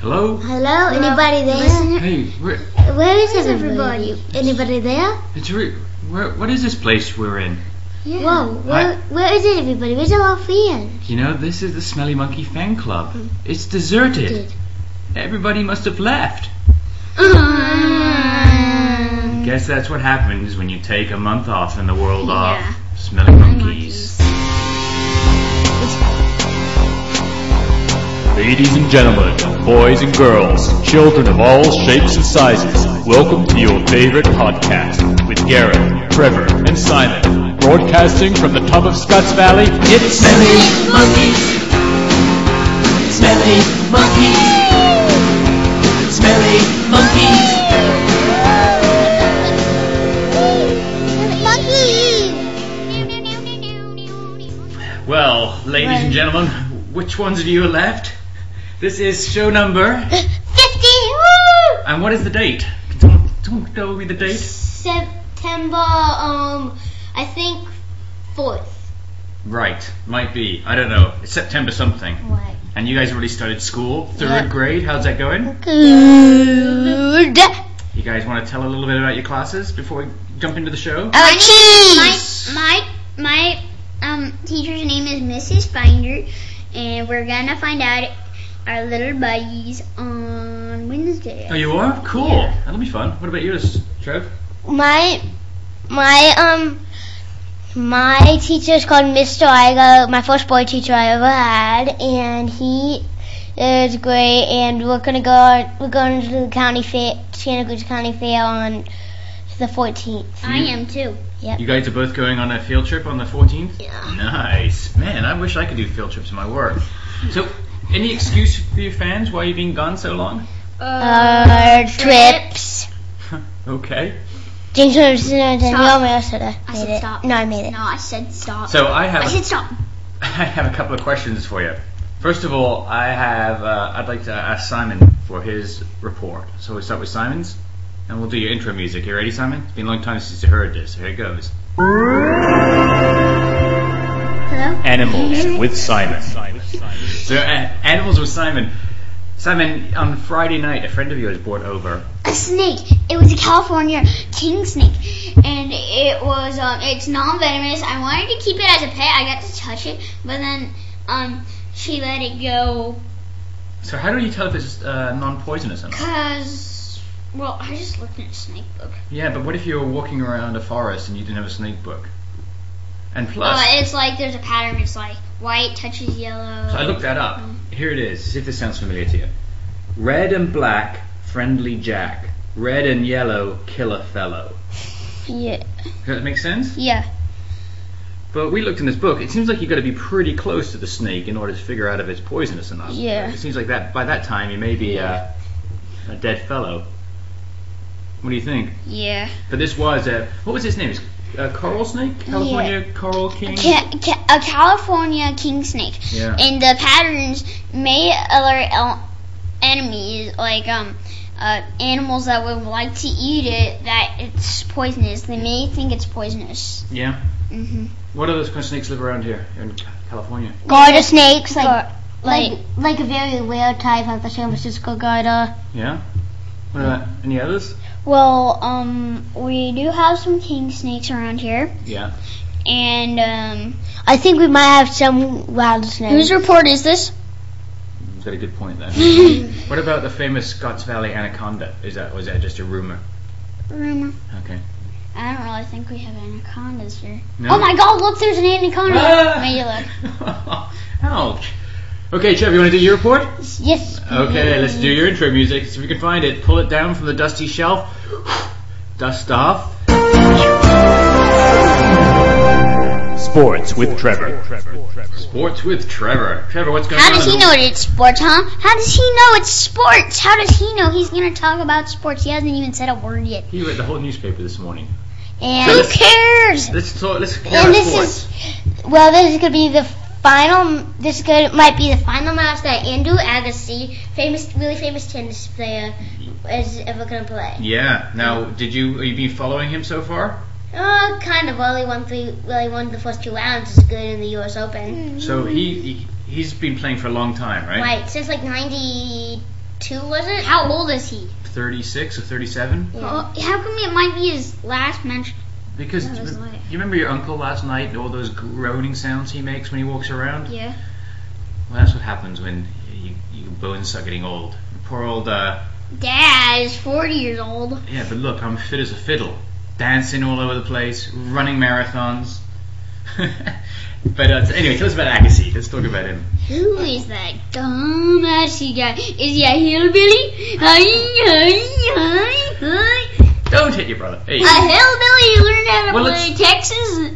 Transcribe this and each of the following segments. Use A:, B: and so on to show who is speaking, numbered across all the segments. A: Hello?
B: Hello, anybody there?
A: Hey, where,
B: Where is
C: Where's
B: everybody? Anybody there?
A: it's re- where, what is this place we're in?
C: Yeah.
B: Whoa, where, where is it, everybody? Where's all our friends?
A: You know, this is the Smelly Monkey Fan Club. It's deserted.
B: Did.
A: Everybody must have left. Guess that's what happens when you take a month off and the world
C: Yeah.
A: off. Smelly monkeys.
D: Ladies and gentlemen, boys and girls, children of all shapes and sizes, welcome to your favorite podcast with Gareth, Trevor, and Simon, broadcasting from the top of Scotts Valley. It's
E: Smelly monkeys. Smelly monkeys. Smelly monkeys.
A: Well, ladies and gentlemen, which ones of you are left? This is show number.
B: 50! Woo!
A: And what is the date? Can someone, someone tell me the date?
B: September, um, I think 4th.
A: Right, might be. I don't know. It's September something.
B: Right.
A: And you guys already started school, third
B: Yeah.
A: grade. How's that going?
B: Good.
A: You guys want to tell a little bit about your classes before we jump into the show?
B: Oh,
C: My,
B: cheese!
C: my, my um, teacher's name is Mrs. Finder, and we're gonna find out our little buddies on Wednesday.
A: Oh, you are? Cool. That'll be fun. What about yours, Trev?
B: My, my, um, my teacher's called Mr. Igo, my first boy teacher I ever had, and he is great, and we're gonna go, on- we're going to the county fair, Santa Cruz County Fair on the 14th.
C: I am too.
A: You guys are both going on a field trip on the 14th?
B: Yeah.
A: Nice. Man, I wish I could do field trips in my work. So, any excuse for your fans why you've been gone so long?
B: Uh, trips.
A: Okay.
B: James Anderson,
C: Stop.
B: you almost said I
C: I
B: made
C: said
B: it.
C: stop.
B: No, I made it.
C: No, I said stop.
A: So I have
C: I
A: a
C: said stop.
A: I have a couple of questions for you. First of all, I have uh, I'd like to ask Simon for his report. So we start with Simon's, and we'll do your intro music. You ready, Simon? It's been a long time since you heard this. Here it goes.
C: Hello?
D: Animals with Simon.
A: So uh, animals with Simon. Simon, on Friday night, a friend of yours brought over.
C: A snake. It was a California king snake, and it was um, it's non-venomous. I wanted to keep it as a pet. I got to touch it, but then um, she let it go
A: So how do you tell if it's uh, non-poisonous or not?
C: because well, I just looked at a snake book.
A: Yeah, but what if you were walking around a forest and you didn't have a snake book? And plus,
C: Uh, it's like there's a pattern. It's like white touches yellow.
A: So I looked that up. Here it is. See if this sounds familiar to you. Red and black, friendly Jack. Red and yellow, killer fellow.
B: Yeah.
A: Does that make sense?
C: Yeah.
A: But we looked in this book. It seems like you've got to be pretty close to the snake in order to figure out if it's poisonous or not.
B: Yeah.
A: It seems like that by that time you may be uh, a dead fellow. What do you think?
C: Yeah.
A: But this was a what was his name? It's A coral snake? California coral king?
C: Ca- ca- a California king snake.
A: Yeah.
C: And the patterns may alert el- enemies, like um, uh, animals that would like to eat it, that it's poisonous. They may think it's poisonous.
A: Yeah.
C: Mm-hmm.
A: What other kind of snakes live around here in California?
B: Garter snakes, like,
C: like-
B: like, like, a very rare type of the San Francisco uh, garter.
A: Yeah. What about any others?
C: Well, um, we do have some king snakes around here,
A: Yeah.
C: and um,
B: I think we might have some rattlesnakes.
C: whose report is this?
A: You've got a good point there. what about the famous Scotts Valley anaconda? Is that was that just a rumor?
C: Rumor.
A: Okay.
C: I don't really think we have anacondas here.
A: No?
C: Oh my God! Look, there's an anaconda.
A: Ah!
C: May you look.
A: Ouch. Okay, Trev, you want to do your report?
B: Yes.
A: Okay, let's do your intro music. See if you can find it. Pull it down from the dusty shelf. Dust off.
D: Sports with Trevor.
A: Sports with Trevor. Trevor, what's going
C: How
A: on?
C: does
A: in
C: he
A: the-
C: know it's sports, huh? How does he know it's sports? How does he know he's gonna talk about sports? He hasn't even said a word yet.
A: He read the whole newspaper this morning.
B: And
A: So
C: Who
A: this-
C: cares?
A: Let's talk. Let's talk
B: And
A: about
B: this
A: sports.
B: is well, this could be the final. This could might be the final match that Andrew Agassi, famous, really famous tennis player, is ever gonna play.
A: Yeah. Now, did you are you been following him so far?
B: Uh, kind of. Well, he won three. Well, he won the first two rounds. Is good in the U.S. Open.
A: So he, he he's been playing for a long time, right?
B: Right, since like '92 two, was it?
C: How old is he?
A: 36 or 37?
B: Yeah.
C: Well, how come it might be his last mention?
A: Because
C: That
A: do
C: was
A: you,
C: like-
A: you remember your uncle last night and all those groaning sounds he makes when he walks around?
C: Yeah.
A: Well, that's what happens when you, you bones start getting old. Poor old, uh,
C: Dad is 40 years old.
A: yeah, but look, I'm fit as a fiddle. Dancing all over the place, running marathons. but uh, anyway, tell us about Agassi. Let's talk about him.
C: Who is that dumbass guy? Is he a hillbilly? Hi, hi, hi, hi.
A: Don't hit your brother. Hey.
C: A hillbilly who learned how to
A: Well,
C: play Texas?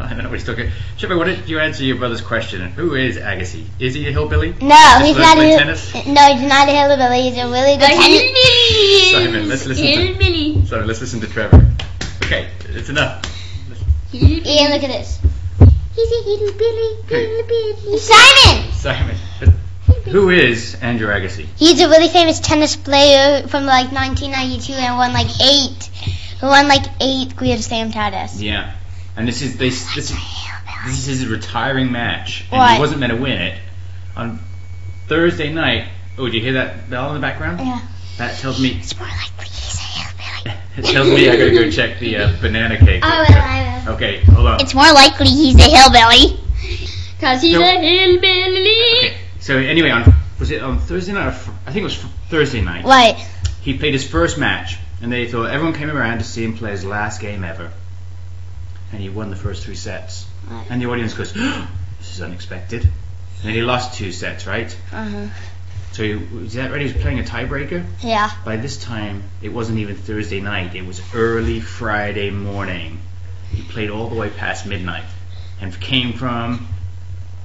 A: I don't know what he's talking. Chipper, what did you answer your brother's question? Who is Agassi? Is he a hillbilly?
B: No,
A: Just
B: he's
A: learn to
B: not.
A: play
B: A,
A: tennis?
B: no, he's not a hillbilly. He's a really
C: A
B: good tennis.
C: hillbilly.
A: Sorry,
C: is-
A: man, let's listen to-
C: Hillbilly.
A: So let's listen to Trevor. Okay, it's enough.
C: Hillbilly.
B: Ian, look at this.
C: He's a hillbilly.
A: Okay.
C: Hillbilly.
B: Simon.
A: Simon, who is Andrew Agassi?
B: He's a really famous tennis player from like 1992 and won like eight, won like eight Grand Slam titles.
A: Yeah, and this is this this is, this is his retiring match, and
B: Why?
A: he wasn't meant to win it. On Thursday night, oh, do you hear that bell in the background?
B: Yeah.
A: That tells me
B: It's more likely he's a hillbilly.
A: it tells me I gotta go check the uh, banana cake.
C: I will, Oh, I will.
A: Okay, hold on.
B: Oh, um, It's more likely he's a hillbilly.
C: Cause he's
A: No.
C: a hillbilly.
A: Okay, so anyway, on was it on Thursday night? Or fr- I think it was fr- Thursday night.
B: What?
A: he played his first match, and they thought everyone came around to see him play his last game ever. And he won the first three sets.
B: Right.
A: And the audience goes, "This is unexpected." And then he lost two sets, right?
B: Uh huh.
C: Uh-huh.
A: So he, was that right? He was playing a tiebreaker.
B: Yeah.
A: By this time, it wasn't even Thursday night; it was early Friday morning. He played all the way past midnight, and came from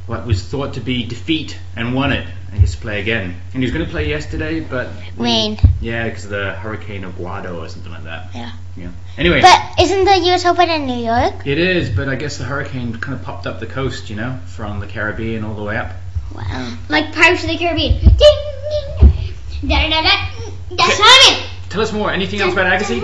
A: what was thought to be defeat and won it. And gets to play again. And he was going to play yesterday, but
B: Rain.
A: yeah, because of the Hurricane Aguado or something like that.
B: Yeah.
A: Yeah. Anyway,
B: But isn't the U.S. Open in New York?
A: it is, but I guess the hurricane kind of popped up the coast, you know, from the Caribbean all the way up.
B: Wow.
C: Like Pirates of the Caribbean. Ding, ding. Da da da da. That's Simon.
A: Tell us more. Anything else about Agassi?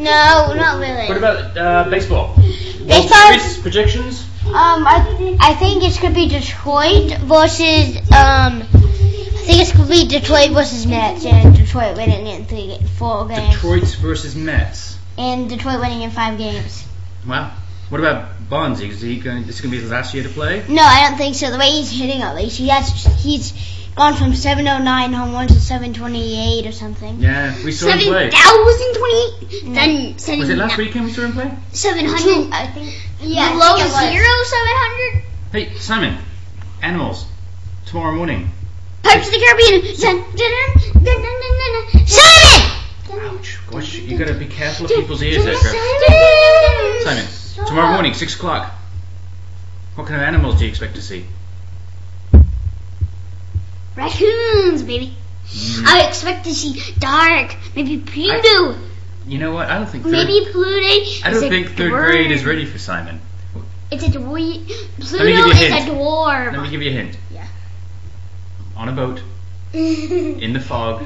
B: No, not really.
A: What about uh, baseball?
B: Baseball-
A: World Series projections.
B: Um, I, I think it's gonna be Detroit versus um. I think it's gonna be Detroit versus Mets, and Detroit winning in three, four games,
A: Detroit versus Mets.
B: and Detroit winning in five games.
A: Wow. What about Bonds? Is he going? This is going to be his last year to play.
B: No, I don't think so. The way he's hitting, at least he has, he's gone from 709 home runs to 728 or something.
A: Yeah, we saw him play.
C: 7,028?
B: No.
C: Then seven,
A: Was it last weekend we saw him play?
C: 700.
B: I think.
C: Yeah,
B: Yeah,
C: below
B: I think it was.
C: zero, 700?
A: Hey, Simon. Animals. Tomorrow morning.
C: Pirates of the Caribbean. Dun, dun, dun, dun, dun, dun, dun, dun. Simon!
A: Ouch. Gosh, you got to be careful of people's ears, there, Trevor. Simon, tomorrow morning, six o'clock. What kind of animals do you expect to see?
C: Raccoons, baby.
A: Hmm.
C: I expect to see dark. Maybe Pluto.
A: You know what? I don't think. Third,
C: Maybe Pluto.
A: I
C: is
A: don't
C: a
A: think third
C: dwarf.
A: grade is ready for Simon.
C: It's a dwarf.
A: Let me give
C: Pluto
A: you a
C: is a
A: hint.
C: dwarf.
A: Let me give you a hint.
C: Yeah.
A: On a boat, in the fog,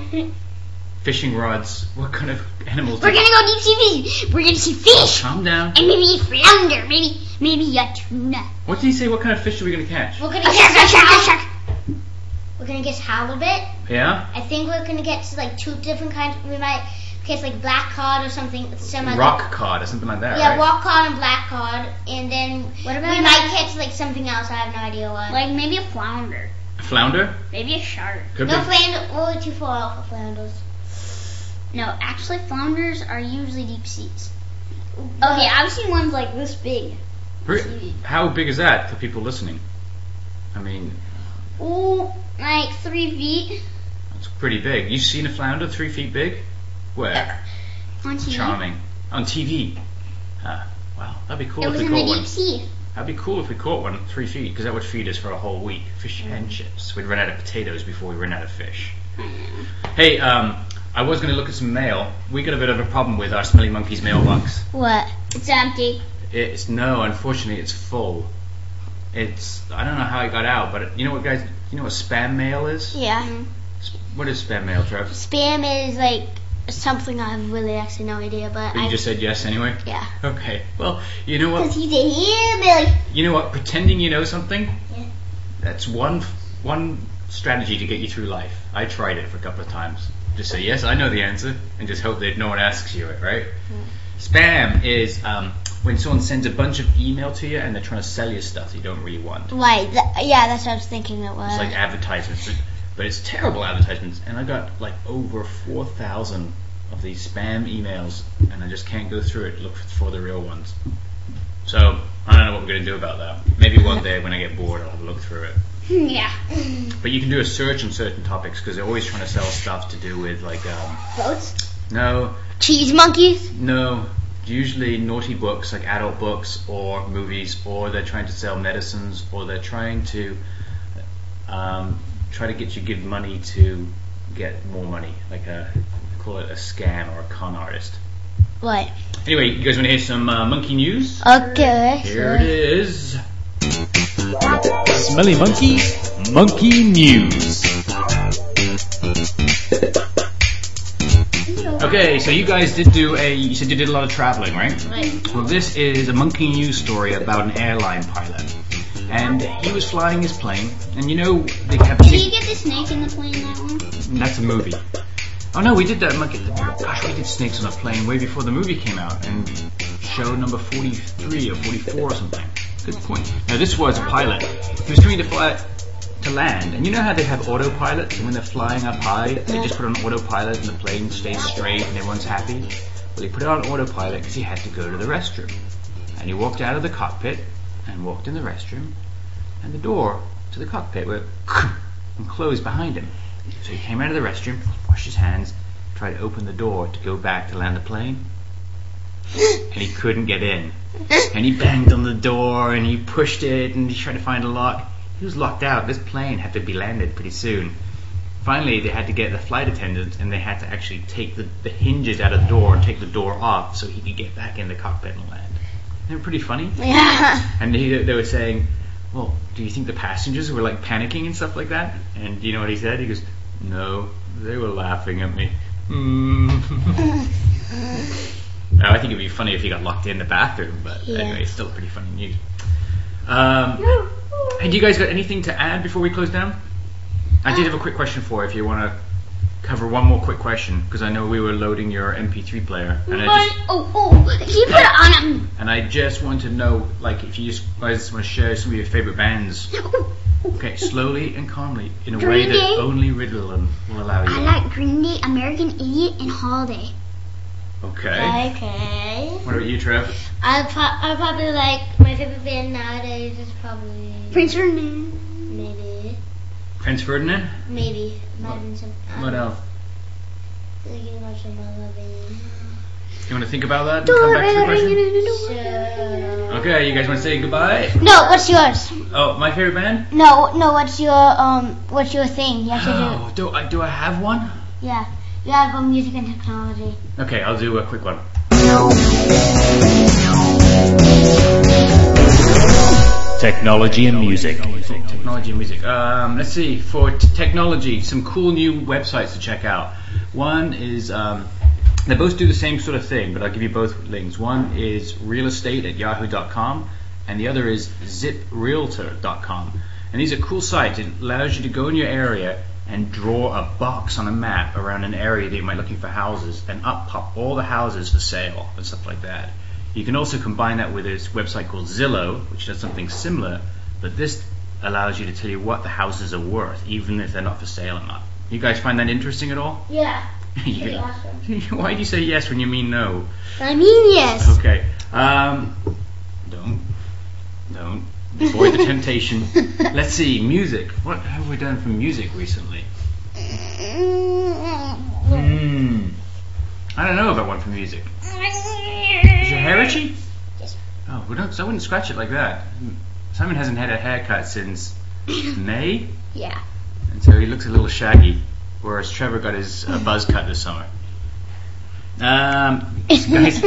A: fishing rods. What kind of animals?
C: We're
A: do you-
C: gonna go deep sea fishing. We're gonna see fish.
A: Calm down.
C: And maybe flounder. Maybe maybe a tuna.
A: What did he say? What kind of fish are we gonna catch?
B: We're
C: A
B: gonna
C: shark, a shark, a shark.
B: we're gonna get halibut.
A: Yeah.
B: I think we're gonna get like two different kinds. We might catch like black cod or something semi.
A: Rock cod or something like that,
B: Yeah,
A: right?
B: rock cod and black cod, and then
C: What
B: we might catch like something else. I have no idea what.
C: like maybe a flounder,
A: Flounder.
C: maybe a shark?
A: Could
B: no
A: be.
B: flounder, we're too far out for flounders.
C: No, actually flounders are usually deep seas. Okay,
B: But-
C: I've seen ones like this big.
A: Re- How big is that for people listening? I mean,
C: Ooh, like three feet.
A: it's pretty big. You've seen a flounder three feet big? Where?
C: On TV.
A: Charming. On TV. Ah, wow, that'd be cool
C: It
A: if
C: was
A: we
C: in the
A: caught one.
C: deep sea.
A: That'd be cool if we caught one at three feet, because that would feed us for a whole week. Fish
C: Mm.
A: and chips. We'd run out of potatoes before we run out of fish. Hey, um, I was going to look at some mail. We got a bit of a problem with our Smelly Monkey's mailbox.
B: What?
C: It's empty.
A: It's no, unfortunately, it's full. It's I don't know how it got out, but it- you know what, guys? You know what spam mail is?
C: Mm-hmm.
B: Yeah.
A: Sp- What is spam mail, Trev?
B: Spam is like something I have really actually no idea, but
A: But you
B: I
A: just said yes anyway.
B: yeah.
A: Okay. Well, you know what?
B: Cause he's a hillbilly.
A: You know what? Pretending you know something.
B: Yeah.
A: That's one f- one strategy to get you through life. I tried it for a couple of times. Just say yes, I know the answer, and just hope that no one asks you it, right? Spam is um, when someone sends a bunch of email to you and they're trying to sell you stuff you don't really want.
B: Right. That, yeah, that's what I was thinking. That was.
A: It's like advertisements, but- but it's terrible advertisements. And I got like over 4,000 of these spam emails, and I just can't go through it. Look for the real ones. So I don't know what we're gonna do about that. Maybe one day when I get bored, I'll have a look through it.
C: Hmm, yeah.
A: But you can do a search on certain topics because they're always trying to sell stuff to do with like um,
C: Boats?
A: no,
B: cheese monkeys.
A: no. Usually naughty books like adult books or movies, or they're trying to sell medicines, or they're trying to um, try to get you give money to get more money, like a call it a scam or a con artist.
B: What?
A: Anyway, you guys want to hear some uh, monkey news?
B: Okay.
A: Here it is.
D: Smelly Monkey, Monkey News.
A: Okay, so you guys did do a you said you did a lot of traveling, right? Well, this is a monkey news story about an airline pilot, and he was flying his plane, and you know they kept
C: Did you get the snake in the plane that one?
A: that's a movie. Oh no, we did that monkey. Gosh, we did snakes on a plane way before the movie came out, and show number forty-three or forty-four or something. Good point. Now this was a pilot. He was trying to fly to land, and you know how they have autopilots, and when they're flying up high, they just put on autopilot, and the plane stays straight, and everyone's happy. Well, he put it on autopilot because he had to go to the restroom, and he walked out of the cockpit and walked in the restroom, and the door to the cockpit went and closed behind him. So he came out of the restroom, washed his hands, tried to open the door to go back to land the plane, and he couldn't get in. And he banged on the door and he pushed it and he tried to find a lock. He was locked out. This plane had to be landed pretty soon. Finally, they had to get the flight attendant and they had to actually take the, the hinges out of the door and take the door off so he could get back in the cockpit and land. They were pretty funny.
B: Yeah.
A: And he, they were saying, well, do you think the passengers were like panicking and stuff like that? And do you know what he said? He goes, no, they were laughing at me. Mm. Now, I think it'd be funny if he got locked in the bathroom, but
B: Yeah.
A: anyway, it's still pretty funny news. Um, and you guys got anything to add before we close down? I did have a quick question for you if you want to cover one more quick question because I know we were loading your MP3 player and I just
C: But, oh, oh, he put it on him.
A: and I just want to know, like, if you just guys want to share some of your favorite bands. Okay, slowly and calmly, in a way
C: Green
A: that
C: Day.
A: only Ritalin will allow
C: I
A: you.
C: like Green Day, American Idiot, and Holiday.
A: Okay.
B: Okay.
A: What about you, Trev?
B: I pro- I probably like my favorite band nowadays is probably
C: Prince Ferdinand.
B: maybe
A: Prince Ferdinand.
B: maybe
A: What-
B: Imagine some.
A: What else?
B: Thinking about some other band.
A: You want to think about that? And come back to the question?
B: So-
A: Okay, you guys want to say goodbye?
B: No, what's yours?
A: Oh, my favorite band?
B: No, no, what's your um, what's your thing? You have to
A: Oh, do I do I have one?
B: do. Yeah, you have um, music and technology.
A: Okay, I'll do a quick one.
D: Technology and music.
A: Technology and music. Um, let's see. For t- technology, some cool new websites to check out. One is um, they both do the same sort of thing, but I'll give you both links. One is real estate at yahoo.com, and the other is ziprealtor.com. And these are cool sites. It allows you to go in your area and draw a box on a map around an area that you might looking for houses, and up pop all the houses for sale and stuff like that. You can also combine that with this website called Zillow, which does something similar, but this allows you to tell you what the houses are worth, even if they're not for sale or not. You guys find that interesting at all?
B: Yeah.
A: You- Why do you say yes when you mean no?
B: I mean yes.
A: Okay. Um, don't, don't avoid the temptation. Let's see, music. What have we done for music recently? Hmm. I don't know about one for music. Is your hair itchy?
B: Yes.
A: Oh, we don't, so I wouldn't scratch it like that. Hmm. Simon hasn't had a haircut since May,
B: Yeah.
A: and so he looks a little shaggy, whereas Trevor got his uh, buzz cut this summer. Um, guys,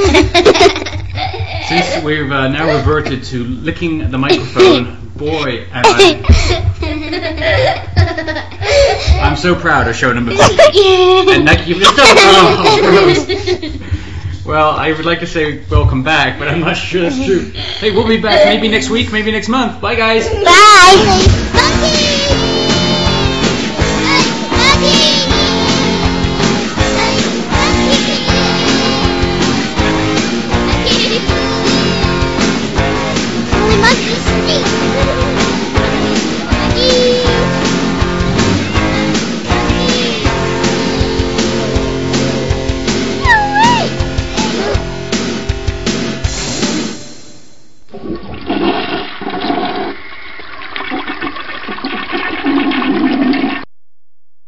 A: since we've uh, now reverted to licking the microphone, boy, am I, I'm so proud of show number three. And that keeps oh, gross. Well, I would like to say welcome back, but I'm not sure that's true. Hey, we'll be back maybe next week, maybe next month. Bye, guys.
B: Bye.